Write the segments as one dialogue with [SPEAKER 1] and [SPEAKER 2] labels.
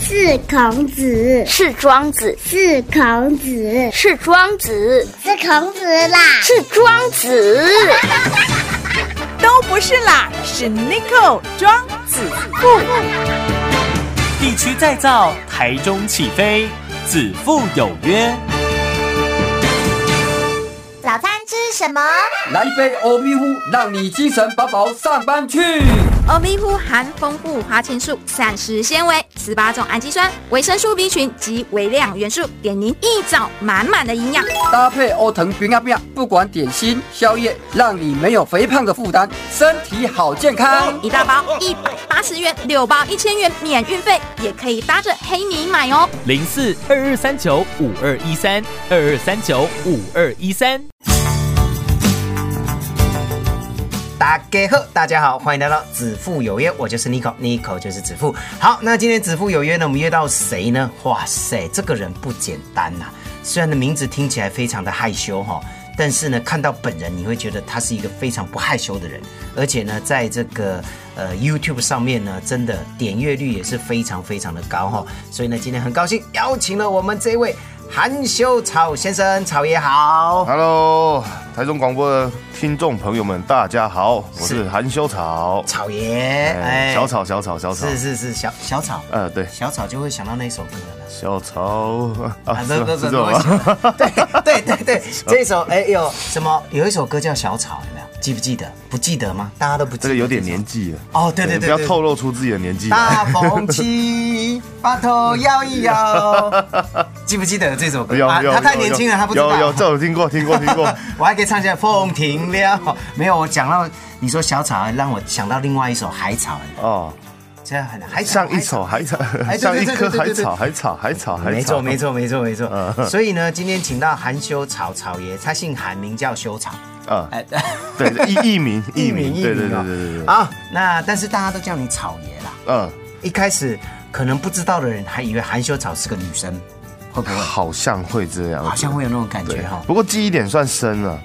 [SPEAKER 1] 是孔子，
[SPEAKER 2] 是庄子，
[SPEAKER 1] 是孔子，
[SPEAKER 2] 是庄子，
[SPEAKER 1] 是孔子啦，
[SPEAKER 2] 是庄子。
[SPEAKER 3] 都不是啦，是 n i c o 庄子富。
[SPEAKER 4] 地区再造，台中起飞，子父有约。
[SPEAKER 5] 早餐吃什么？
[SPEAKER 6] 来一杯欧米糊，让你精神饱饱上班去。
[SPEAKER 7] 欧米糊含丰富花青素、膳食纤维、十八种氨基酸、维生素 B 群及微量元素，给您一早满满的营养。
[SPEAKER 6] 搭配欧藤冰啊冰啊，不管点心、宵夜，让你没有肥胖的负担，身体好健康。
[SPEAKER 3] 哦
[SPEAKER 7] 一大包一百八十元，六包一千元，免运费，也可以搭着黑米买哦。
[SPEAKER 4] 零四二二三九五二一三二二三九五二一三。
[SPEAKER 8] 大家好，大家好，欢迎来到子父有约，我就是 Nico，Nico 就是子父。好，那今天子父有约呢，我们约到谁呢？哇塞，这个人不简单呐、虽然的名字听起来非常的害羞哈、但是呢，看到本人你会觉得他是一个非常不害羞的人，而且呢，在这个呃 YouTube 上面呢，真的点阅率也是非常非常的高哈、所以呢，今天很高兴邀请了我们这位含羞草先生，草爷
[SPEAKER 9] 啊
[SPEAKER 8] 好。
[SPEAKER 9] Hello，台中广播的听众朋友们，大家好，我是含羞草，
[SPEAKER 8] 草爷，
[SPEAKER 9] 哎，小，草，小草，小草，
[SPEAKER 8] 是是是，小小草，
[SPEAKER 9] 呃，对，
[SPEAKER 8] 小草就会想到那首歌了。
[SPEAKER 9] 小草啊，
[SPEAKER 8] 那
[SPEAKER 9] 是
[SPEAKER 8] 那
[SPEAKER 9] 吗是
[SPEAKER 8] 那
[SPEAKER 9] 这种吗？
[SPEAKER 8] 那， 对对对对，这首哎有什么？有一首歌叫《小草》，有没有？记不记得？不记得吗？大家都不记得。
[SPEAKER 9] 这个有点年纪了
[SPEAKER 8] 哦对对对
[SPEAKER 9] 不要
[SPEAKER 8] 对
[SPEAKER 9] 透露出自己的年纪来。
[SPEAKER 8] 大风起，把头摇一 摇，记不记得这首歌？
[SPEAKER 9] 有
[SPEAKER 8] 啊
[SPEAKER 9] 有，
[SPEAKER 8] 他太
[SPEAKER 9] 有
[SPEAKER 8] 年轻了，
[SPEAKER 9] 有
[SPEAKER 8] 他不知道。
[SPEAKER 9] 有有，这我听过，听过，听 过。
[SPEAKER 8] 我还可以唱一下《风停了》。没有，我讲到你说小草，让我想到另外一首《海草》，
[SPEAKER 9] 哦，
[SPEAKER 8] 这很海草
[SPEAKER 9] 像一草海草，
[SPEAKER 8] 哎对
[SPEAKER 9] 像一
[SPEAKER 8] 对
[SPEAKER 9] 棵
[SPEAKER 8] 对对
[SPEAKER 9] 海
[SPEAKER 8] 对
[SPEAKER 9] 草，海草，海草，海草。
[SPEAKER 8] 没错，没。错，没错，没错。
[SPEAKER 9] 嗯
[SPEAKER 8] 所以呢，今天请到含羞草草爷，他姓韩，名叫修草。
[SPEAKER 9] 啊，
[SPEAKER 8] 哎，
[SPEAKER 9] 对，艺 艺名，艺名，
[SPEAKER 8] 艺
[SPEAKER 9] 对对对
[SPEAKER 8] 哦
[SPEAKER 9] 对对 对。
[SPEAKER 8] 啊，那但是大家都叫你草爷啦。
[SPEAKER 9] 嗯，
[SPEAKER 8] 一开始可能不知道的人还以为含羞草是个女生，会不会？
[SPEAKER 9] 好像会这样子。
[SPEAKER 8] 好像会有那种感觉
[SPEAKER 9] 啊对
[SPEAKER 8] 哈。
[SPEAKER 9] 不过记忆点算深了。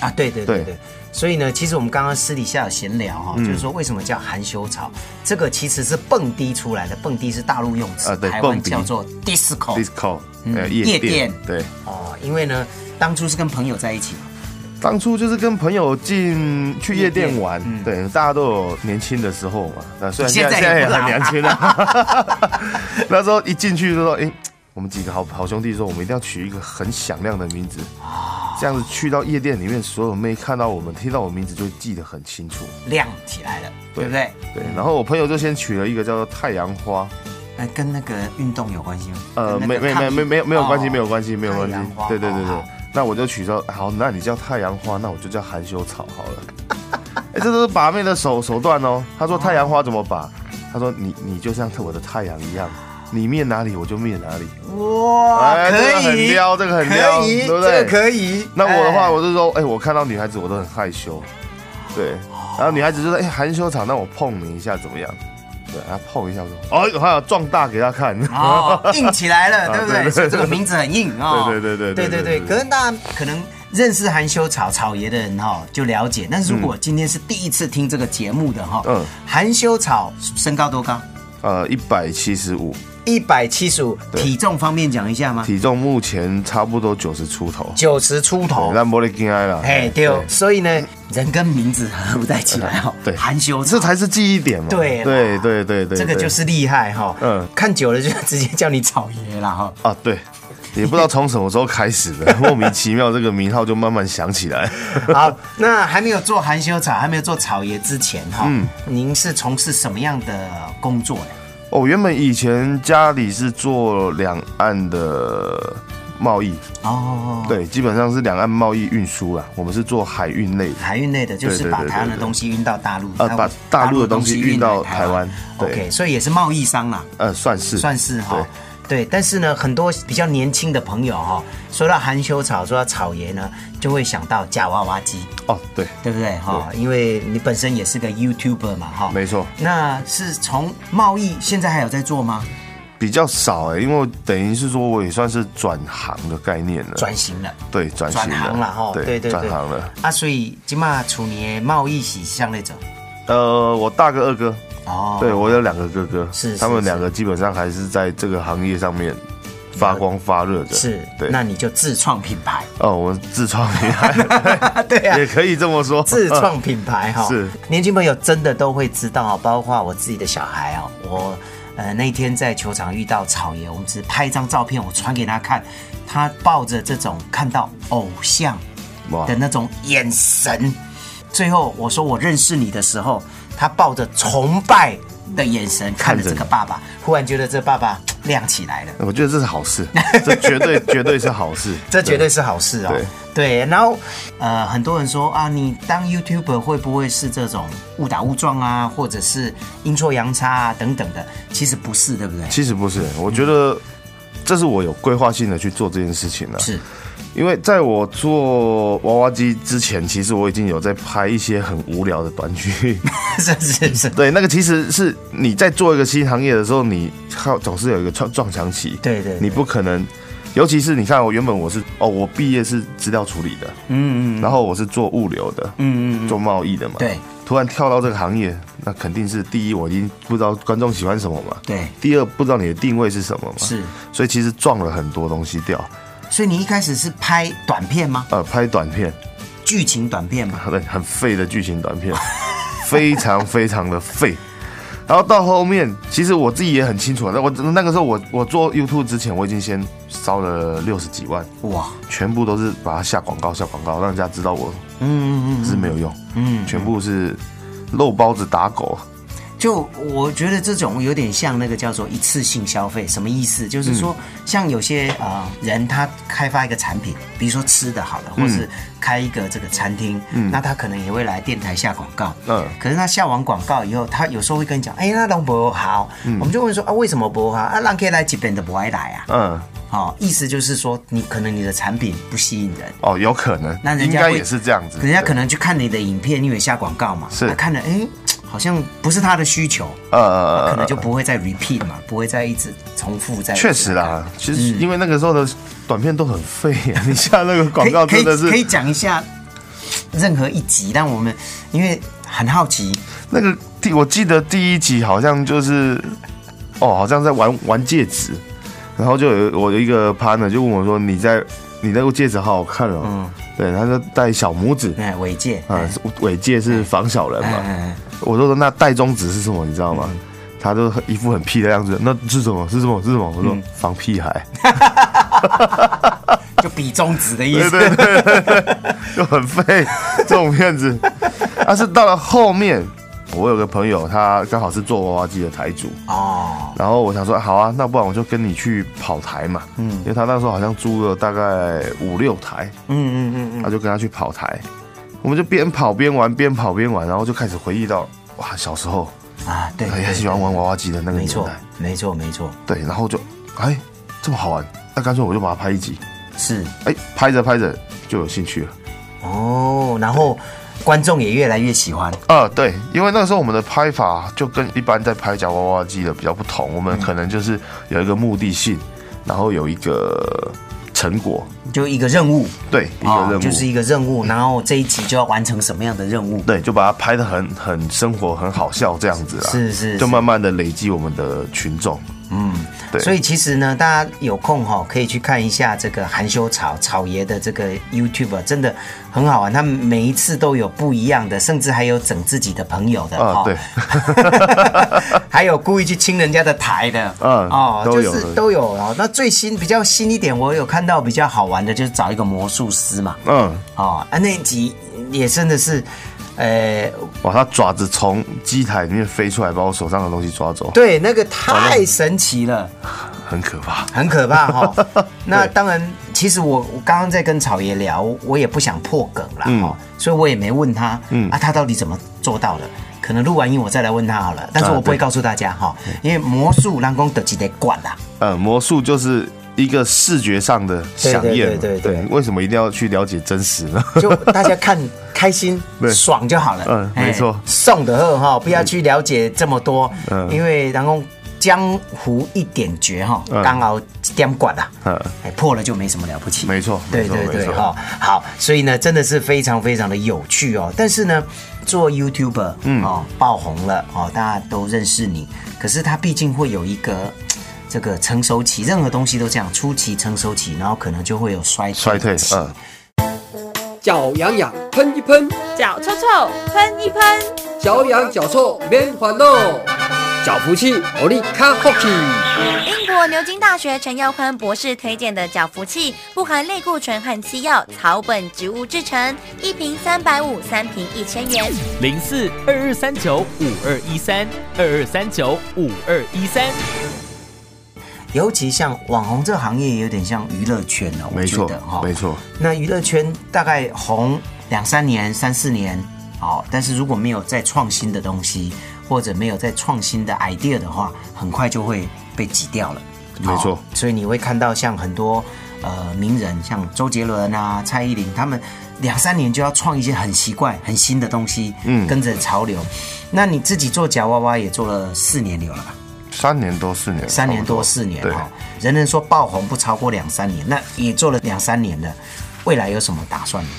[SPEAKER 8] 啊，对对对
[SPEAKER 9] 对嗯
[SPEAKER 8] 对。所以呢，其实我们刚刚私底下有闲聊哈，就是说为什么叫含羞草？这个其实是蹦迪出来的，蹦迪是大陆用词，
[SPEAKER 9] 啊对
[SPEAKER 8] 台湾
[SPEAKER 9] 蹦迪
[SPEAKER 8] 叫做 disco。
[SPEAKER 9] disco，呃，
[SPEAKER 8] 哦嗯
[SPEAKER 9] 夜
[SPEAKER 8] 夜
[SPEAKER 9] 店
[SPEAKER 8] 店，
[SPEAKER 9] 对。
[SPEAKER 8] 哦，因为呢，当初是跟朋友在一起嘛。
[SPEAKER 9] 当初就是跟朋友进去夜店玩，对，大家都有年轻的时候嘛。那虽然现在
[SPEAKER 8] 现在
[SPEAKER 9] 现在
[SPEAKER 8] 也
[SPEAKER 9] 也
[SPEAKER 8] 不
[SPEAKER 9] 很
[SPEAKER 8] 老
[SPEAKER 9] 年轻了， 那时候一进去就说，哎、我们几个好好兄弟说，我们一定要取一个很响亮的名字，这样子去到夜店里面，所有妹看到我们，听到我名字就会记得很清楚。
[SPEAKER 8] 亮起来了，对
[SPEAKER 9] 对
[SPEAKER 8] 不对？
[SPEAKER 9] 对，然后我朋友就先取了一个叫做太阳花，
[SPEAKER 8] 那哎跟那个运动有关系吗？
[SPEAKER 9] 呃，
[SPEAKER 8] 跟
[SPEAKER 9] 没
[SPEAKER 8] 那个
[SPEAKER 9] 没
[SPEAKER 8] 抗
[SPEAKER 9] 没
[SPEAKER 8] 议
[SPEAKER 9] 没没有没有关系，
[SPEAKER 8] 哦
[SPEAKER 9] 没有关系，没有关系
[SPEAKER 8] 太阳花。哦
[SPEAKER 9] 对对对
[SPEAKER 8] 好
[SPEAKER 9] 对
[SPEAKER 8] 好，
[SPEAKER 9] 那我就取消。好，那你叫太阳花，那我就叫含羞草好了。 哎，这都是把妹的手手段哦。他说太阳花怎么把？他说你你就像我的太阳一样，你面哪里我就面哪里。
[SPEAKER 8] 哇，
[SPEAKER 9] 哎这个
[SPEAKER 8] 哦可
[SPEAKER 9] 很
[SPEAKER 8] 以，
[SPEAKER 9] 撩这个很撩
[SPEAKER 8] 可以，
[SPEAKER 9] 对不对
[SPEAKER 8] 这个可以。
[SPEAKER 9] 那我的话，
[SPEAKER 8] 哎
[SPEAKER 9] 我就说，哎，我看到女孩子我都很害羞，对。然后女孩子就说，哎，含羞草，那我碰你一下怎么样？对，她碰一下我说，哎呦，还要壮大给她看。
[SPEAKER 8] 哦，硬起来了，
[SPEAKER 9] 啊
[SPEAKER 8] 对不
[SPEAKER 9] 对
[SPEAKER 8] 对？
[SPEAKER 9] 对
[SPEAKER 8] 所以这个名字很硬哦。
[SPEAKER 9] 对对对
[SPEAKER 8] 对对
[SPEAKER 9] 对对
[SPEAKER 8] 对
[SPEAKER 9] 对对
[SPEAKER 8] 可能大家可能认识含羞草草爷的人哈、就了解，但是如果今天是第一次听这个节目的哈、
[SPEAKER 9] 嗯
[SPEAKER 8] 含羞草身高多高？
[SPEAKER 9] 呃，一百七十五，
[SPEAKER 8] 一百七十五，
[SPEAKER 9] 对
[SPEAKER 8] 体重方面讲一下吗？
[SPEAKER 9] 体重目前差不多九十出头。
[SPEAKER 8] 九十出头
[SPEAKER 9] 对。那莫里金埃了，
[SPEAKER 8] 哎，对哦，所以呢，人跟名字合不在一起来哦。
[SPEAKER 9] 对
[SPEAKER 8] 含羞草
[SPEAKER 9] 这才是记忆点嘛。
[SPEAKER 8] 对啦
[SPEAKER 9] 对对对对，
[SPEAKER 8] 这个
[SPEAKER 9] 对
[SPEAKER 8] 就是厉害哈、嗯
[SPEAKER 9] 嗯，
[SPEAKER 8] 看久了就直接叫你草爷啦哈、
[SPEAKER 9] 啊，对，也不知道从什么时候开始的， 莫名其妙这个名号就慢慢响起来。
[SPEAKER 8] 好，那还没有做含羞草，还没有做草爷之前哈、
[SPEAKER 9] 嗯
[SPEAKER 8] 您是从事什么样的工作呢？
[SPEAKER 9] 哦，原本以前家里是做两岸的贸易，
[SPEAKER 8] 哦，，
[SPEAKER 9] 对，基本上是两岸贸易运输啦，我们是做海运类的。
[SPEAKER 8] 海运类的，就是
[SPEAKER 9] 对对对
[SPEAKER 8] 把
[SPEAKER 9] 对
[SPEAKER 8] 台湾的
[SPEAKER 9] 对
[SPEAKER 8] 东西运到大陆，
[SPEAKER 9] 呃
[SPEAKER 8] 然后
[SPEAKER 9] 把大陆的东西运到
[SPEAKER 8] 台
[SPEAKER 9] 台湾对
[SPEAKER 8] OK，所以也是贸易商啦，
[SPEAKER 9] 呃，算是
[SPEAKER 8] 算
[SPEAKER 9] 是
[SPEAKER 8] 是哈、对，但是呢，很多比较年轻的朋友哈、说到含羞草，说到草爷呢，就会想到假娃娃机，
[SPEAKER 9] 哦，对，
[SPEAKER 8] 对不对哈、因为你本身也是个 YouTuber 嘛哈、
[SPEAKER 9] 没错，
[SPEAKER 8] 那是从贸易，现在还有在做吗？
[SPEAKER 9] 比较少哎、因为我等于是说我也算是转行的概念了，
[SPEAKER 8] 转型了。
[SPEAKER 9] 对转型
[SPEAKER 8] 转行了哈，对对对，
[SPEAKER 9] 转行了。
[SPEAKER 8] 啊，所以今嘛处年贸易是向那种
[SPEAKER 9] 呃，我大哥二哥
[SPEAKER 8] 哦，
[SPEAKER 9] 对我有两个哥哥，
[SPEAKER 8] 是是
[SPEAKER 9] 他们两个基本上还是在这个行业上面发光发热的。
[SPEAKER 8] 是，
[SPEAKER 9] 对。
[SPEAKER 8] 那你就自创品 牌，
[SPEAKER 9] 哦，我们自创 品牌
[SPEAKER 8] 对啊，
[SPEAKER 9] 也可以这么说，
[SPEAKER 8] 自创品牌哈、
[SPEAKER 9] 是
[SPEAKER 8] 年轻朋友真的都会知道啊，包括我自己的小孩啊，我呃那天在球场遇到草爷，我们只是拍一张照片，我传给他看，他抱着这种看到偶像
[SPEAKER 9] 哇
[SPEAKER 8] 的那种眼神，最后我说我认识你的时候，他抱着崇拜的眼神看着这个爸爸，忽然觉得这爸啊爸亮起来了。
[SPEAKER 9] 我觉得这是 好事，这绝对绝对是好事，
[SPEAKER 8] 这绝对是好事哦。对，然后呃，很多人说啊，你当 YouTuber 会不会是这种误打误撞啊，或者是阴错阳差啊等等的？其实不是，对不对？
[SPEAKER 9] 其实不是，我觉得这是我有规划性的去做这件事情了、啊
[SPEAKER 8] 是啊
[SPEAKER 9] 因为在我做娃娃机之前，其实我已经有在拍一些很无聊的短剧。
[SPEAKER 8] 是是 是，
[SPEAKER 9] 对，那个其实是你在做一个新行业的时候，你靠总是有一个撞撞墙期。
[SPEAKER 8] 对对对
[SPEAKER 9] 你不可能，尤其是你看，我原本我是哦，我毕业是资料处理的，
[SPEAKER 8] 嗯嗯
[SPEAKER 9] 然后我是做物流的，
[SPEAKER 8] 嗯嗯嗯，
[SPEAKER 9] 做贸易的嘛。
[SPEAKER 8] 对。
[SPEAKER 9] 突然跳到这个行业，那肯定是第一，我已经不知道观众喜欢什么嘛。
[SPEAKER 8] 对
[SPEAKER 9] 第二，不知道你的定位是什么嘛。
[SPEAKER 8] 是。
[SPEAKER 9] 所以其实撞了很多东西掉。
[SPEAKER 8] 所以你一开始是拍短片吗？
[SPEAKER 9] 呃，拍短片，
[SPEAKER 8] 剧情短片吗？
[SPEAKER 9] 很很废的剧情短片， 非常非常的废。然后到后面，其实我自己也很清楚，那我那个时候我我做 YouTube 之前，我已经先烧了六十几万，
[SPEAKER 8] 哇，
[SPEAKER 9] 全部都是把它下广告下广告，让人家知道我
[SPEAKER 8] 嗯嗯
[SPEAKER 9] 是没有用，
[SPEAKER 8] 嗯，
[SPEAKER 9] 全部是肉包子打狗。
[SPEAKER 8] 就我觉得这种有点像那个叫做一次性消费，什么意思？就是说，
[SPEAKER 9] 嗯
[SPEAKER 8] 像有些啊、呃人他开发一个产品，比如说吃的好了，
[SPEAKER 9] 嗯
[SPEAKER 8] 或是开一个这个餐厅，那他可能也会来电台下广告。
[SPEAKER 9] 嗯
[SPEAKER 8] 可是他下完广告以后，他有时候会跟你讲，哎、那龙博好，我们就问说啊，为什么不好啊？让 K 来几本都不爱来啊？
[SPEAKER 9] 嗯，
[SPEAKER 8] 哦，意思就是说，你可能你的产品不吸引人，
[SPEAKER 9] 哦，有可能，
[SPEAKER 8] 那人
[SPEAKER 9] 应
[SPEAKER 8] 家
[SPEAKER 9] 该
[SPEAKER 8] 会
[SPEAKER 9] 也是这样子，
[SPEAKER 8] 人家可
[SPEAKER 9] 能，
[SPEAKER 8] 能去看你的影片，因为下广告嘛，
[SPEAKER 9] 是
[SPEAKER 8] 他看了，哎、好像不是他的需求，
[SPEAKER 9] 呃呃
[SPEAKER 8] 可
[SPEAKER 9] 呃
[SPEAKER 8] 能就
[SPEAKER 9] 呃，
[SPEAKER 8] 不会再 repeat 嘛，不会再一直重复在。
[SPEAKER 9] 确实啦，其
[SPEAKER 8] 嗯
[SPEAKER 9] 实因为那个时候的短片都很废，啊 你下那个
[SPEAKER 8] 可
[SPEAKER 9] 广
[SPEAKER 8] 以，
[SPEAKER 9] 告
[SPEAKER 8] 可以
[SPEAKER 9] 真的
[SPEAKER 8] 可以
[SPEAKER 9] 是
[SPEAKER 8] 讲一下任何一集，让我们因为很好奇，
[SPEAKER 9] 那个第，我记得第一集好像就是，哦，好像在玩玩戒指，然后就有我有一个 partner 就问我说：“你在你那个戒指好好看哦。”
[SPEAKER 8] 嗯
[SPEAKER 9] 对，他说戴小拇指，
[SPEAKER 8] 哎，尾戒，
[SPEAKER 9] 啊
[SPEAKER 8] 哎，
[SPEAKER 9] 尾戒是防小人嘛。
[SPEAKER 8] 哎嗯
[SPEAKER 9] 我就说那戴中指是什么，你知道吗？他就一副很屁的样子，那是什么？是什么？是什么？
[SPEAKER 8] 嗯
[SPEAKER 9] 我说、防屁孩，
[SPEAKER 8] 就比中指的意
[SPEAKER 9] 对
[SPEAKER 8] 思，
[SPEAKER 9] 对对对对，就很废这种片子。但是到了后面，我有个朋友，他刚好是做娃娃机的台主，
[SPEAKER 8] 哦，
[SPEAKER 9] 然后我想说，好啊，那不然我就跟你去跑台嘛，嗯，因为他那时候好像租了大概五六台，
[SPEAKER 8] 嗯嗯嗯嗯，
[SPEAKER 9] 他就跟他去跑台，我们就边跑边玩，边跑边玩，然后就开始回忆到，哇，小时候
[SPEAKER 8] 啊，对，
[SPEAKER 9] 很喜欢玩娃娃机的那个
[SPEAKER 8] 没
[SPEAKER 9] 年
[SPEAKER 8] 错
[SPEAKER 9] 代，，
[SPEAKER 8] 没错，没错，
[SPEAKER 9] 对，然后就，哎，这么好玩，那干脆我就把它拍一集，
[SPEAKER 8] 是
[SPEAKER 9] 哎，拍着拍着就有兴趣了，
[SPEAKER 8] 哦，然后观众也越来越喜欢，
[SPEAKER 9] 啊，对，因为那时候我们的拍法就跟一般在拍夹娃娃机的比较不同，我们
[SPEAKER 8] 嗯
[SPEAKER 9] 可能就是有一个目的性，然后有一个成果，
[SPEAKER 8] 就一个任务，
[SPEAKER 9] 对，一个
[SPEAKER 8] 哦
[SPEAKER 9] 任务，
[SPEAKER 8] 就是一个任务，然后这一集就要完成什么样的任务？
[SPEAKER 9] 对，就把它拍的很很生活、很好笑这样子啦。
[SPEAKER 8] 是是
[SPEAKER 9] 就是慢慢的累积我们的群众。
[SPEAKER 8] 嗯，
[SPEAKER 9] 对
[SPEAKER 8] 所以其实呢，大家有空哈、可以去看一下这个含羞草草爷的这个 YouTube，真的很好啊玩。他们每一次都有不一样的，甚至还有整自己的朋友的哦
[SPEAKER 9] 啊对
[SPEAKER 8] 还有故意去亲人家的台的，
[SPEAKER 9] 嗯
[SPEAKER 8] 就
[SPEAKER 9] 都有
[SPEAKER 8] 是都有哦。那最新比较新一点，我有看到比较好玩的，就是找一个魔术师嘛，
[SPEAKER 9] 嗯，
[SPEAKER 8] 哦啊那一集也真的是，呃，
[SPEAKER 9] 哇，他爪子从机台里面飞出来，把我手上的东西抓走，
[SPEAKER 8] 对，那个太神奇了。
[SPEAKER 9] 很可怕。
[SPEAKER 8] 很可 怕哈、那当然，其实我我刚刚在跟草爷聊，我也不想破梗啦
[SPEAKER 9] 嗯
[SPEAKER 8] 哈、所以我也没问他，啊，他到底怎么做到的？可能录完音我再来问他好了，但是
[SPEAKER 9] 啊
[SPEAKER 8] 我不会
[SPEAKER 9] 对嗯
[SPEAKER 8] 告诉大家哈、因为魔术让公得几得管啦，
[SPEAKER 9] 呃，魔术就是一个视觉上的响应
[SPEAKER 8] 对
[SPEAKER 9] 嘛，
[SPEAKER 8] 对对对对
[SPEAKER 9] 为什么一定要去了解真实呢？
[SPEAKER 8] 就大家看开心
[SPEAKER 9] 对
[SPEAKER 8] 爽就好了。
[SPEAKER 9] 嗯没错
[SPEAKER 8] 哎送的后哈，不要去了解这么多，
[SPEAKER 9] 嗯
[SPEAKER 8] 因为然后江湖一点绝哈，
[SPEAKER 9] 嗯
[SPEAKER 8] 刚好一点管啦，
[SPEAKER 9] 嗯
[SPEAKER 8] 哎，破了就没什么了不起。
[SPEAKER 9] 没错
[SPEAKER 8] 对
[SPEAKER 9] 没错
[SPEAKER 8] 对对
[SPEAKER 9] 没错
[SPEAKER 8] 哈、好，所以呢，真的是非常非常的有趣哦。但是呢，做 YouTuber，嗯，哦，爆红了哦，大家都认识你，可是他毕竟会有一个。嘖这个成熟期，任何东西都这样，初期成熟期，然后可能就会有衰
[SPEAKER 9] 衰退，
[SPEAKER 8] 期
[SPEAKER 9] 嗯，
[SPEAKER 6] 脚痒痒喷一喷，
[SPEAKER 3] 脚臭臭，喷一喷。
[SPEAKER 6] 脚痒脚臭免烦恼，脚福气我力卡福气。
[SPEAKER 5] 英国牛津大学陈耀坤博士推荐的脚福器，不含类固醇和西药，草本植物制成，一瓶三百五，三瓶一千元。
[SPEAKER 10] 零四二二三九五二一三二二三九五二一三。
[SPEAKER 8] 尤其像网红这行业，有点像娱乐圈哦，我
[SPEAKER 9] 没
[SPEAKER 8] 觉
[SPEAKER 9] 错
[SPEAKER 8] 得哈，
[SPEAKER 9] 没错，
[SPEAKER 8] 那娱乐圈大概红两三年、三四年，好，但是如果没有再创新的东西，或者没有再创新的 idea 的话，很快就会被挤掉了。好
[SPEAKER 9] 没错
[SPEAKER 8] 所以你会看到像很多呃名人，像周杰伦啊、蔡依林，他们两三年就要创一些很奇怪、很新的东西，
[SPEAKER 9] 嗯
[SPEAKER 8] 跟着潮流。那你自己做夹娃娃也做了四年有了吧？
[SPEAKER 9] 三年多四年，
[SPEAKER 8] 三年
[SPEAKER 9] 差不
[SPEAKER 8] 多四年
[SPEAKER 9] 对，
[SPEAKER 8] 哈，人人说爆红不超过两三年，那也做了两三年了，未来有什么打算呢？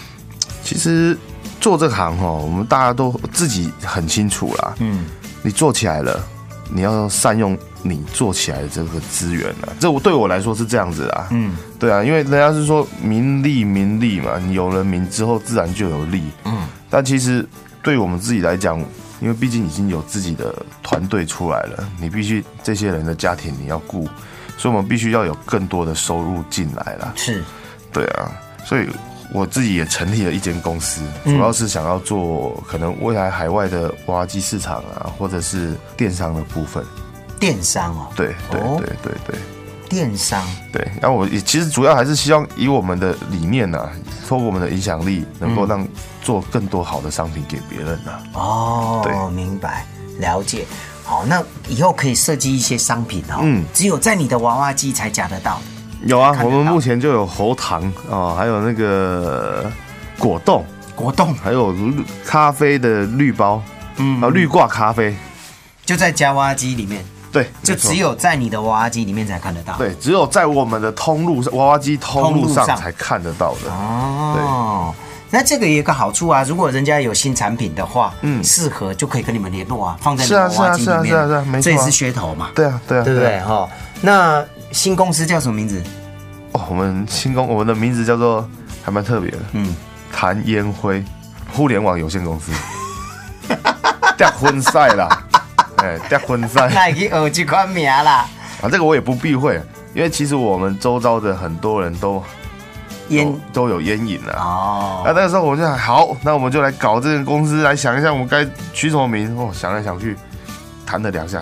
[SPEAKER 9] 其实做这行哦，我们大家都自己很清楚啦，
[SPEAKER 8] 嗯，
[SPEAKER 9] 你做起来了，你要善用你做起来的这个资源啊。这我对我来说是这样子啊，
[SPEAKER 8] 嗯，
[SPEAKER 9] 对啊，因为人家是说名利名利嘛，你有了名之后自然就有利，
[SPEAKER 8] 嗯，
[SPEAKER 9] 但其实对我们自己来讲，因为毕竟已经有自己的团队出来了，你必须这些人的家庭你要顾，所以我们必须要有更多的收入进来啦。
[SPEAKER 8] 是，
[SPEAKER 9] 对啊，所以我自己也成立了一间公司，主要是想要做可能未来海外的挖机市场啊，或者是电商的部分。
[SPEAKER 8] 电商哦，
[SPEAKER 9] 对对
[SPEAKER 8] 哦
[SPEAKER 9] 对对对
[SPEAKER 8] 电商，
[SPEAKER 9] 对。然后我也其实主要还是希望以我们的理念呐、啊，透过我们的影响力，能够让做更多好的商品给别人呐、啊。
[SPEAKER 8] 哦，
[SPEAKER 9] 对
[SPEAKER 8] 明白，了解。好，那以后可以设计一些商品哦，
[SPEAKER 9] 嗯
[SPEAKER 8] 只有在你的娃娃机才夹得到。
[SPEAKER 9] 有啊，
[SPEAKER 8] 看得
[SPEAKER 9] 我
[SPEAKER 8] 到
[SPEAKER 9] 们目前就有喉糖啊、哦还有那个果冻，
[SPEAKER 8] 果冻
[SPEAKER 9] 还有绿咖啡的绿包，嗯，啊，绿挂咖啡，
[SPEAKER 8] 就在夹娃娃机里面，
[SPEAKER 9] 对，
[SPEAKER 8] 就
[SPEAKER 9] 没错
[SPEAKER 8] 只有在你的娃娃机里面才看得到。，
[SPEAKER 9] 对，只有在我们的通路上，娃娃机通路上才看得到
[SPEAKER 8] 啊
[SPEAKER 9] 的。
[SPEAKER 8] 哦，那这个也有个好处啊，如果人家有新产品的话，嗯，
[SPEAKER 9] 嗯
[SPEAKER 8] 适合就可以跟你们联络啊，放在你
[SPEAKER 9] 是啊
[SPEAKER 8] 们娃娃机里
[SPEAKER 9] 是啊
[SPEAKER 8] 面，
[SPEAKER 9] 是啊是啊没错啊
[SPEAKER 8] 这也是噱头嘛，
[SPEAKER 9] 对啊，对啊，
[SPEAKER 8] 对不对？
[SPEAKER 9] 啊？
[SPEAKER 8] 哈、那新公司叫什么名 字？
[SPEAKER 9] 哦，我们新工，我们的名字叫做还蛮特别的，
[SPEAKER 8] 嗯，
[SPEAKER 9] 谭烟灰互联网有限公司， 掉婚赛啦， 哎，掉婚赛
[SPEAKER 8] 那也可以耳机冠名啦，
[SPEAKER 9] 啊，这个我也不避讳，因为其实我们周遭的很多人都
[SPEAKER 8] 烟
[SPEAKER 9] 都都有烟瘾啊。
[SPEAKER 8] 哦，
[SPEAKER 9] 那那个时候我就想，好，那我们就来搞这个公司，来想一下我们该取什么名。哦，想来想去，谈了两下，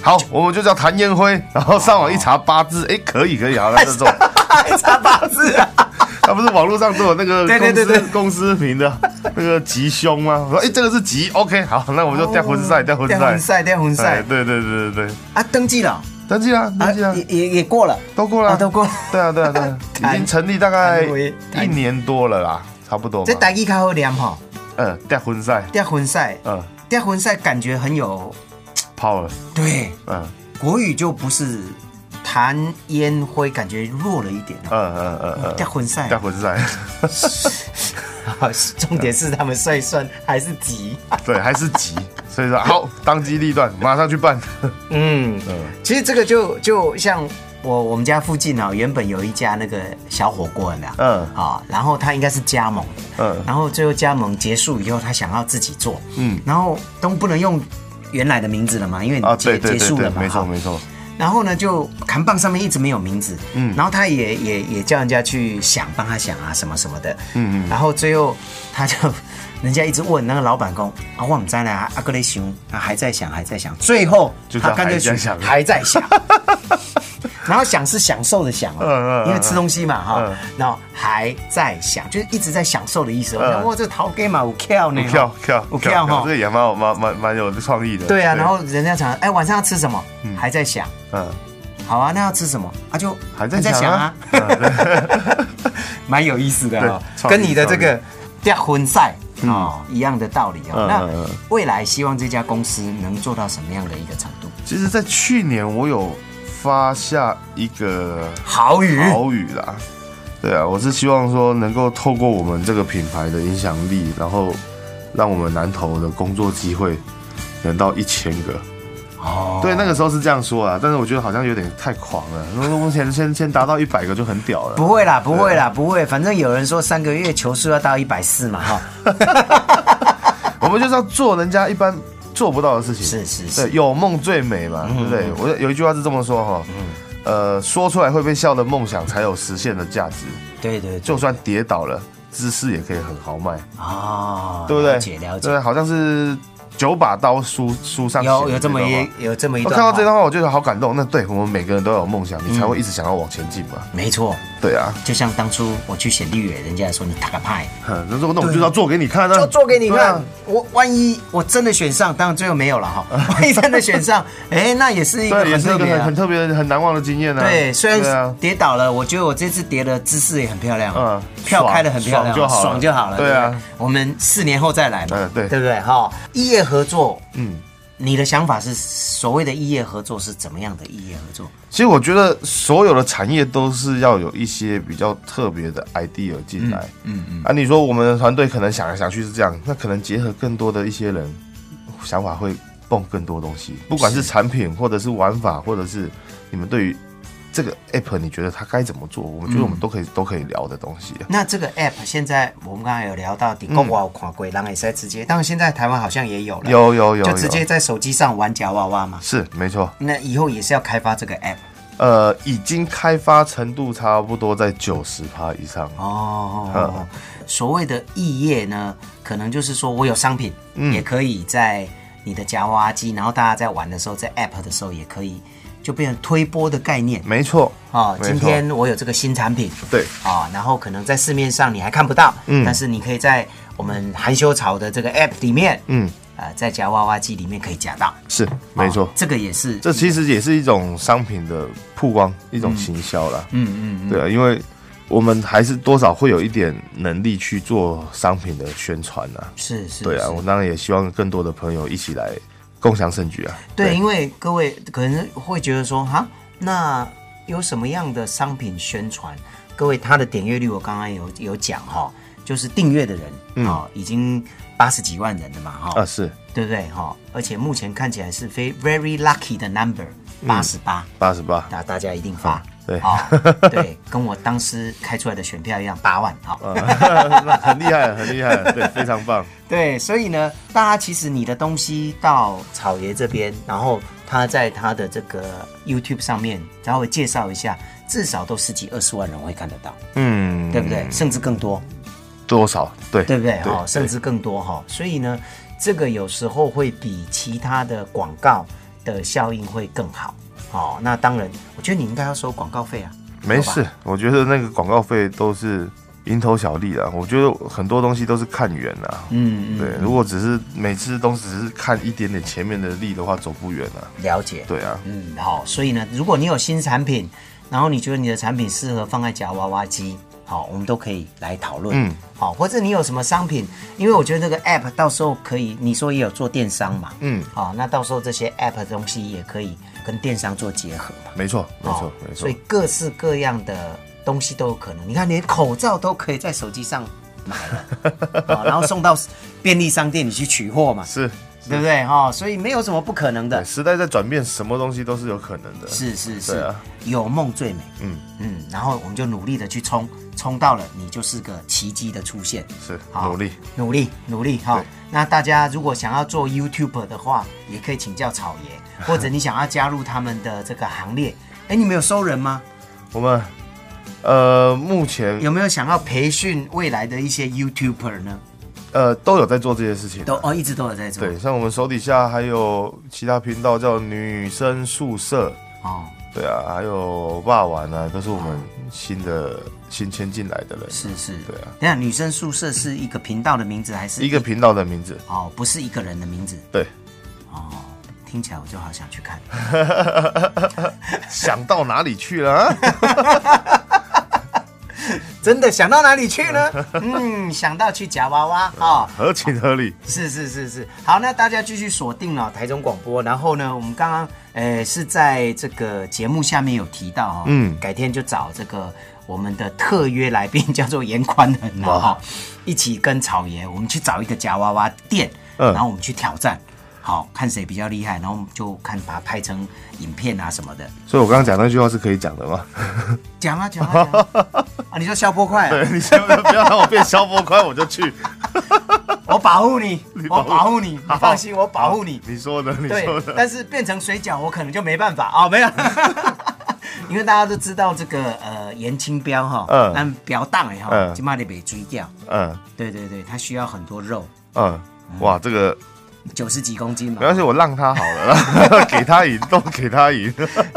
[SPEAKER 9] 好，我们就叫谭烟灰。 然后上网一查八字，哎、可以可以，好，那就 做。
[SPEAKER 8] 啊还差八字啊，
[SPEAKER 9] 他不是网络上都有那个公
[SPEAKER 8] 对
[SPEAKER 9] 司
[SPEAKER 8] 对对对
[SPEAKER 9] 公司名的那个吉凶吗？我说，哎、这个是吉，OK，好，那我们就掉婚赛，掉婚
[SPEAKER 8] 电哦魂
[SPEAKER 9] 赛，
[SPEAKER 8] 赛，电魂
[SPEAKER 9] 哎
[SPEAKER 8] 赛
[SPEAKER 9] 对对对对对，
[SPEAKER 8] 啊，登记了，
[SPEAKER 9] 登记啊，登记啊
[SPEAKER 8] 也，也也过了，
[SPEAKER 9] 都过了
[SPEAKER 8] 啊，都过了。
[SPEAKER 9] 对啊对啊 对啊，
[SPEAKER 8] 谭
[SPEAKER 9] 已经成立大概
[SPEAKER 8] 谭灰
[SPEAKER 9] 一年多了啦，差不多嘛
[SPEAKER 8] 这。台语较好念吼，
[SPEAKER 9] 嗯，掉婚赛，
[SPEAKER 8] 电魂赛，
[SPEAKER 9] 嗯，
[SPEAKER 8] 电魂赛感觉很有
[SPEAKER 9] 泡了，
[SPEAKER 8] 对
[SPEAKER 9] 嗯。
[SPEAKER 8] 国语就不是弹烟灰，感觉弱了一点哦。
[SPEAKER 9] 嗯嗯嗯嗯，
[SPEAKER 8] 掉魂赛
[SPEAKER 9] 掉魂赛，
[SPEAKER 8] 重点是他们算一算还是急。
[SPEAKER 9] 对，还是急，所以说好，当机立断，马上去办。
[SPEAKER 8] 嗯，
[SPEAKER 9] 嗯，
[SPEAKER 8] 其实这个就就像我我们家附近啊、原本有一家那个小火锅有没有？
[SPEAKER 9] 嗯
[SPEAKER 8] 啊、然后他应该是加盟的，
[SPEAKER 9] 嗯
[SPEAKER 8] 然后最后加盟结束以后，他想要自己做，
[SPEAKER 9] 嗯
[SPEAKER 8] 然后都不能用原来的名字了嘛，因为你结、
[SPEAKER 9] 啊，对对
[SPEAKER 8] 结
[SPEAKER 9] 对
[SPEAKER 8] 束
[SPEAKER 9] 对
[SPEAKER 8] 了，嘛，
[SPEAKER 9] 没错
[SPEAKER 8] 哈
[SPEAKER 9] 没错，
[SPEAKER 8] 然后呢，就扛棒上面一直没有名字，嗯
[SPEAKER 9] 嗯，
[SPEAKER 8] 然后他也也也叫人家去想，帮他想啊什么什么的，嗯
[SPEAKER 9] 嗯
[SPEAKER 8] 嗯，
[SPEAKER 9] 嗯
[SPEAKER 8] 然后最后他就人家一直问那个老板公啊，我们在呢，阿哥在想，啊还在想还在想，最后
[SPEAKER 9] 就
[SPEAKER 8] 他
[SPEAKER 9] 叫
[SPEAKER 8] 干脆
[SPEAKER 9] 还在
[SPEAKER 8] 去
[SPEAKER 9] 想
[SPEAKER 8] 还在想，然后想是享受的享
[SPEAKER 9] 嗯嗯
[SPEAKER 8] 哦，
[SPEAKER 9] 嗯
[SPEAKER 8] 因为吃东西嘛哈
[SPEAKER 9] 嗯，
[SPEAKER 8] 然后还在想，就是一直在享受的意思哦。
[SPEAKER 9] 嗯
[SPEAKER 8] 然后哇，这陶给嘛有跳呢，
[SPEAKER 9] 跳跳
[SPEAKER 8] 有跳哈
[SPEAKER 9] 这，个也蛮有蛮蛮蛮有创意的。
[SPEAKER 8] 对啊，然后人家讲哎晚上要吃什么，还在想。
[SPEAKER 9] 嗯，
[SPEAKER 8] 好啊，那要吃什么？啊，就
[SPEAKER 9] 还在想啊，
[SPEAKER 8] 还在想啊蛮有意思的哦，
[SPEAKER 9] 对创意
[SPEAKER 8] 跟你的这个掉婚赛
[SPEAKER 9] 嗯
[SPEAKER 8] 哦，一样的道理哦。
[SPEAKER 9] 嗯
[SPEAKER 8] 那
[SPEAKER 9] 嗯嗯
[SPEAKER 8] 未来希望这家公司能做到什么样的一个程度？
[SPEAKER 9] 其实，在去年我有发下一个
[SPEAKER 8] 好语
[SPEAKER 9] 好语啦，对啊，我是希望说能够透过我们这个品牌的影响力，然后让我们南投的工作机会能到一千个。
[SPEAKER 8] 哦，
[SPEAKER 9] 对，那个时候是这样说啊，但是我觉得好像有点太狂了。那目前先先达到一百个就很屌了。
[SPEAKER 8] 不会啦，不会啦，不会。反正有人说三个月球数要到一百四嘛，哈，
[SPEAKER 9] 我们就是要做人家一般做不到的事情。
[SPEAKER 8] 是是嗯是，
[SPEAKER 9] 对，有梦最美嘛，对不对？我有一句话是这么说哈，
[SPEAKER 8] 嗯
[SPEAKER 9] 呃，说出来会被笑的梦想才有实现的价值，
[SPEAKER 8] 对对对，
[SPEAKER 9] 就算跌倒了，姿势也可以很豪迈，
[SPEAKER 8] 哦，
[SPEAKER 9] 对不对？
[SPEAKER 8] 了解了解
[SPEAKER 9] 对，，啊好像是九把刀书书上写的
[SPEAKER 8] 有有这么
[SPEAKER 9] 段话
[SPEAKER 8] 一有这么一
[SPEAKER 9] 我
[SPEAKER 8] 段
[SPEAKER 9] 看
[SPEAKER 8] 话，
[SPEAKER 9] 到这段话，我觉得好感动。那对我们每个人都有梦想，
[SPEAKER 8] 嗯
[SPEAKER 9] 你才会一直想要往前进嘛。
[SPEAKER 8] 没错，
[SPEAKER 9] 对啊，
[SPEAKER 8] 就像当初我去选立委，人家也说你打个派，
[SPEAKER 9] 哼那说那我们就是要做给你看啊，
[SPEAKER 8] 就做给你
[SPEAKER 9] 对啊
[SPEAKER 8] 看。我万一我真的选上，当然最后没有了 哈，万一真的选上，哎，那也是一个
[SPEAKER 9] 对，也
[SPEAKER 8] 很
[SPEAKER 9] 是
[SPEAKER 8] 特
[SPEAKER 9] 一个
[SPEAKER 8] 别
[SPEAKER 9] 很
[SPEAKER 8] 啊
[SPEAKER 9] 很。特别、很难忘的经验啊。
[SPEAKER 8] 对，虽
[SPEAKER 9] 对
[SPEAKER 8] 然
[SPEAKER 9] 啊，
[SPEAKER 8] 跌倒了，我觉得我这次跌的姿势也很漂亮，啊
[SPEAKER 9] 嗯
[SPEAKER 8] 票
[SPEAKER 9] 爽
[SPEAKER 8] 开的很漂亮，
[SPEAKER 9] 爽就好了
[SPEAKER 8] 爽就好了。
[SPEAKER 9] 对啊
[SPEAKER 8] 不对，我们四年后再来嘛，
[SPEAKER 9] 嗯对
[SPEAKER 8] 对不对？哈，异业合作，
[SPEAKER 9] 嗯。
[SPEAKER 8] 你的想法是所谓的异业合作是怎么样的异业合作？
[SPEAKER 9] 其实我觉得所有的产业都是要有一些比较特别的 idea 进来。嗯嗯。啊，你说我们的团队可能想来想去是这样，那可能结合更多的一些人，想法会蹦更多东西，不管是产品或者是玩法，或者是你们对于这个 app 你觉得它该怎么做，我们觉得我们都可以、都可以聊的东西啊。
[SPEAKER 8] 那这个 app 现在我们刚刚有聊到，顶
[SPEAKER 9] 嗯
[SPEAKER 8] 够我有看过，然后也是在直接，当然现在台湾好像也有了，
[SPEAKER 9] 有有有
[SPEAKER 8] 就直接
[SPEAKER 9] 有
[SPEAKER 8] 在手机上玩夹娃娃嘛。
[SPEAKER 9] 是没错，
[SPEAKER 8] 那以后也是要开发这个 app
[SPEAKER 9] 呃，已经开发程度差不多在九十趴以上。
[SPEAKER 8] 哦。所谓的异业呢，可能就是说我有商品，
[SPEAKER 9] 嗯
[SPEAKER 8] 也可以在你的夹娃娃机，然后大家在玩的时候，在 app 的时候也可以，就变成推波的概念
[SPEAKER 9] 没错，
[SPEAKER 8] 哦。
[SPEAKER 9] 嗯没错
[SPEAKER 8] 今天我有这个新产品，
[SPEAKER 9] 对，
[SPEAKER 8] 啊、然后可能在市面上你还看不到，
[SPEAKER 9] 嗯
[SPEAKER 8] 但是你可以在我们含羞草的这个 app 里面，
[SPEAKER 9] 嗯，
[SPEAKER 8] 呃，在夹娃娃机里面可以夹到，
[SPEAKER 9] 是没错
[SPEAKER 8] 哦。这个也是，
[SPEAKER 9] 这其实也是一种商品的曝光，一种行销啦。嗯嗯对啊，因为我们还是多少会有一点能力去做商品的宣传啊。
[SPEAKER 8] 是是，
[SPEAKER 9] 对啊，
[SPEAKER 8] 是
[SPEAKER 9] 我当然也希望更多的朋友一起来共享盛举啊。
[SPEAKER 8] 对，因为各位可能会觉得说，哈，那有什么样的商品宣传？各位，它的点阅率我刚刚有有讲哈、就是订阅的人啊、哦已经八十几万人了嘛哈、
[SPEAKER 9] 啊是
[SPEAKER 8] 对不对哈、而且目前看起来是非 very lucky 的 number 八十八，
[SPEAKER 9] 八十八，
[SPEAKER 8] 那大家一定发。
[SPEAKER 9] 对
[SPEAKER 8] 啊、对，跟我当时开出来的选票一样，八万 啊、哦
[SPEAKER 9] 那很厉害，很厉害，对，非常棒。
[SPEAKER 8] 对，所以呢，大家其实你的东西到草爷这边，然后他在他的这个 YouTube 上面稍微介绍一下，至少都十几二十万人会看得到，
[SPEAKER 9] 嗯，
[SPEAKER 8] 对不对？？甚至更多，
[SPEAKER 9] 多少？对
[SPEAKER 8] 对不对？
[SPEAKER 9] 对
[SPEAKER 8] 哈、甚至更多哈、所以呢，这个有时候会比其他的广告的效应会更好。哦，那当然，我觉得你应该要收广告费啊。
[SPEAKER 9] 没
[SPEAKER 8] 好
[SPEAKER 9] 事
[SPEAKER 8] 吧，
[SPEAKER 9] 我觉得那个广告费都是蝇头小利啊。我觉得很多东西都是看缘啊。
[SPEAKER 8] 嗯
[SPEAKER 9] 对，如果只是每次都只是看一点点前面的力的话，走不远啊。
[SPEAKER 8] 嗯，了解。
[SPEAKER 9] 对啊，
[SPEAKER 8] 嗯，好，所以呢，如果你有新产品，然后你觉得你的产品适合放在夹娃娃机，好，我们都可以来讨论。
[SPEAKER 9] 嗯，
[SPEAKER 8] 好，或者你有什么商品，因为我觉得这个 app 到时候可以，你说也有做电商嘛，
[SPEAKER 9] 嗯，
[SPEAKER 8] 好，那到时候这些 app 的东西也可以跟电商做结合嘛，
[SPEAKER 9] 没错，没
[SPEAKER 8] 好
[SPEAKER 9] 错，没
[SPEAKER 8] 哦所
[SPEAKER 9] 错
[SPEAKER 8] 以。各式各样的东西都有可能。你看，连口罩都可以在手机上买 了，好然后送到便利商店你去取货嘛，
[SPEAKER 9] 是，
[SPEAKER 8] 对不对？哈、所以没有什么不可能的
[SPEAKER 9] 对，。时代在转变，什么东西都是有可能的。，
[SPEAKER 8] 是是是，
[SPEAKER 9] 对啊
[SPEAKER 8] 有梦最美。
[SPEAKER 9] 嗯
[SPEAKER 8] 嗯，然后我们就努力的去冲，冲到了你就是个奇迹的出现。
[SPEAKER 9] 是
[SPEAKER 8] 好
[SPEAKER 9] 努力。
[SPEAKER 8] 努力努力哈
[SPEAKER 9] 对。
[SPEAKER 8] 那大家如果想要做 YouTube 的话，也可以请教草 爷，或者你想要加入他们的这个行列。哎，你们有收人吗？
[SPEAKER 9] 我们呃，目前
[SPEAKER 8] 有没有想要培训未来的一些 YouTuber 呢？
[SPEAKER 9] 呃都有在做这些事情啊。
[SPEAKER 8] 都哦，一直都有在做。
[SPEAKER 9] 对，像我们手底下还有其他频道叫女生宿舍，
[SPEAKER 8] 哦，
[SPEAKER 9] 对啊，还有霸玩啊，都是我们新的新迁进来的人，
[SPEAKER 8] 是是。
[SPEAKER 9] 对啊。
[SPEAKER 8] 等一下，女生宿舍是一个频道的名字还是
[SPEAKER 9] 一个频道的名字。
[SPEAKER 8] 哦，不是一个人的名字
[SPEAKER 9] 对，
[SPEAKER 8] 哦。听起来我就好想去看。
[SPEAKER 9] 想到哪里去了啊？
[SPEAKER 8] 真的想到哪里去呢？ 嗯，想到去夹娃娃哦。
[SPEAKER 9] 合情合理。
[SPEAKER 8] 是是是是，好，那大家继续锁定了、台中广播。然后呢，我们刚刚呃是在这个节目下面有提到哦，
[SPEAKER 9] 嗯
[SPEAKER 8] 改天就找这个我们的特约来宾叫做严宽恒啊、哦，一起跟草爷我们去找一个夹娃娃店，
[SPEAKER 9] 嗯
[SPEAKER 8] 然后我们去挑战，好看谁比较厉害，然后我们就看把它拍成影片啊什么的。
[SPEAKER 9] 所以我刚刚讲那句话是可以讲的吗？
[SPEAKER 8] 讲啊讲啊讲啊啊！你说消波 快啊、
[SPEAKER 9] 对，你千万不要让我变消波宽，我就 去。
[SPEAKER 8] 我保护你，我
[SPEAKER 9] 保
[SPEAKER 8] 保
[SPEAKER 9] 护
[SPEAKER 8] 护你，你放心，我保护你。
[SPEAKER 9] 你说的，你
[SPEAKER 8] 对
[SPEAKER 9] 说，的。
[SPEAKER 8] 但是变成水饺，我可能就没办法啊、 没有。因为大家都知道这个呃严清标哈，
[SPEAKER 9] 嗯
[SPEAKER 8] 但标档也哈，
[SPEAKER 9] 嗯
[SPEAKER 8] 今嘛得被追掉。
[SPEAKER 9] 嗯
[SPEAKER 8] 对对对，它需要很多肉，
[SPEAKER 9] 嗯，哇，这个
[SPEAKER 8] 九十几公斤嘛
[SPEAKER 9] 没。关系，我让他好了， 给他赢，都给他赢。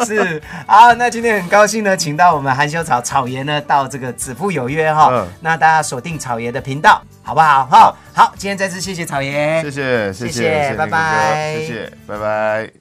[SPEAKER 8] 是好，那今天很高兴呢，请到我们含羞草草爷呢到这个子父有约哈、
[SPEAKER 9] 嗯
[SPEAKER 8] 那大家锁定草爷的频道，好不好？哈，好，今天再次谢谢草爷，
[SPEAKER 9] 谢谢，谢
[SPEAKER 8] 谢谢
[SPEAKER 9] 谢，
[SPEAKER 8] 拜拜
[SPEAKER 9] 谢谢，拜拜。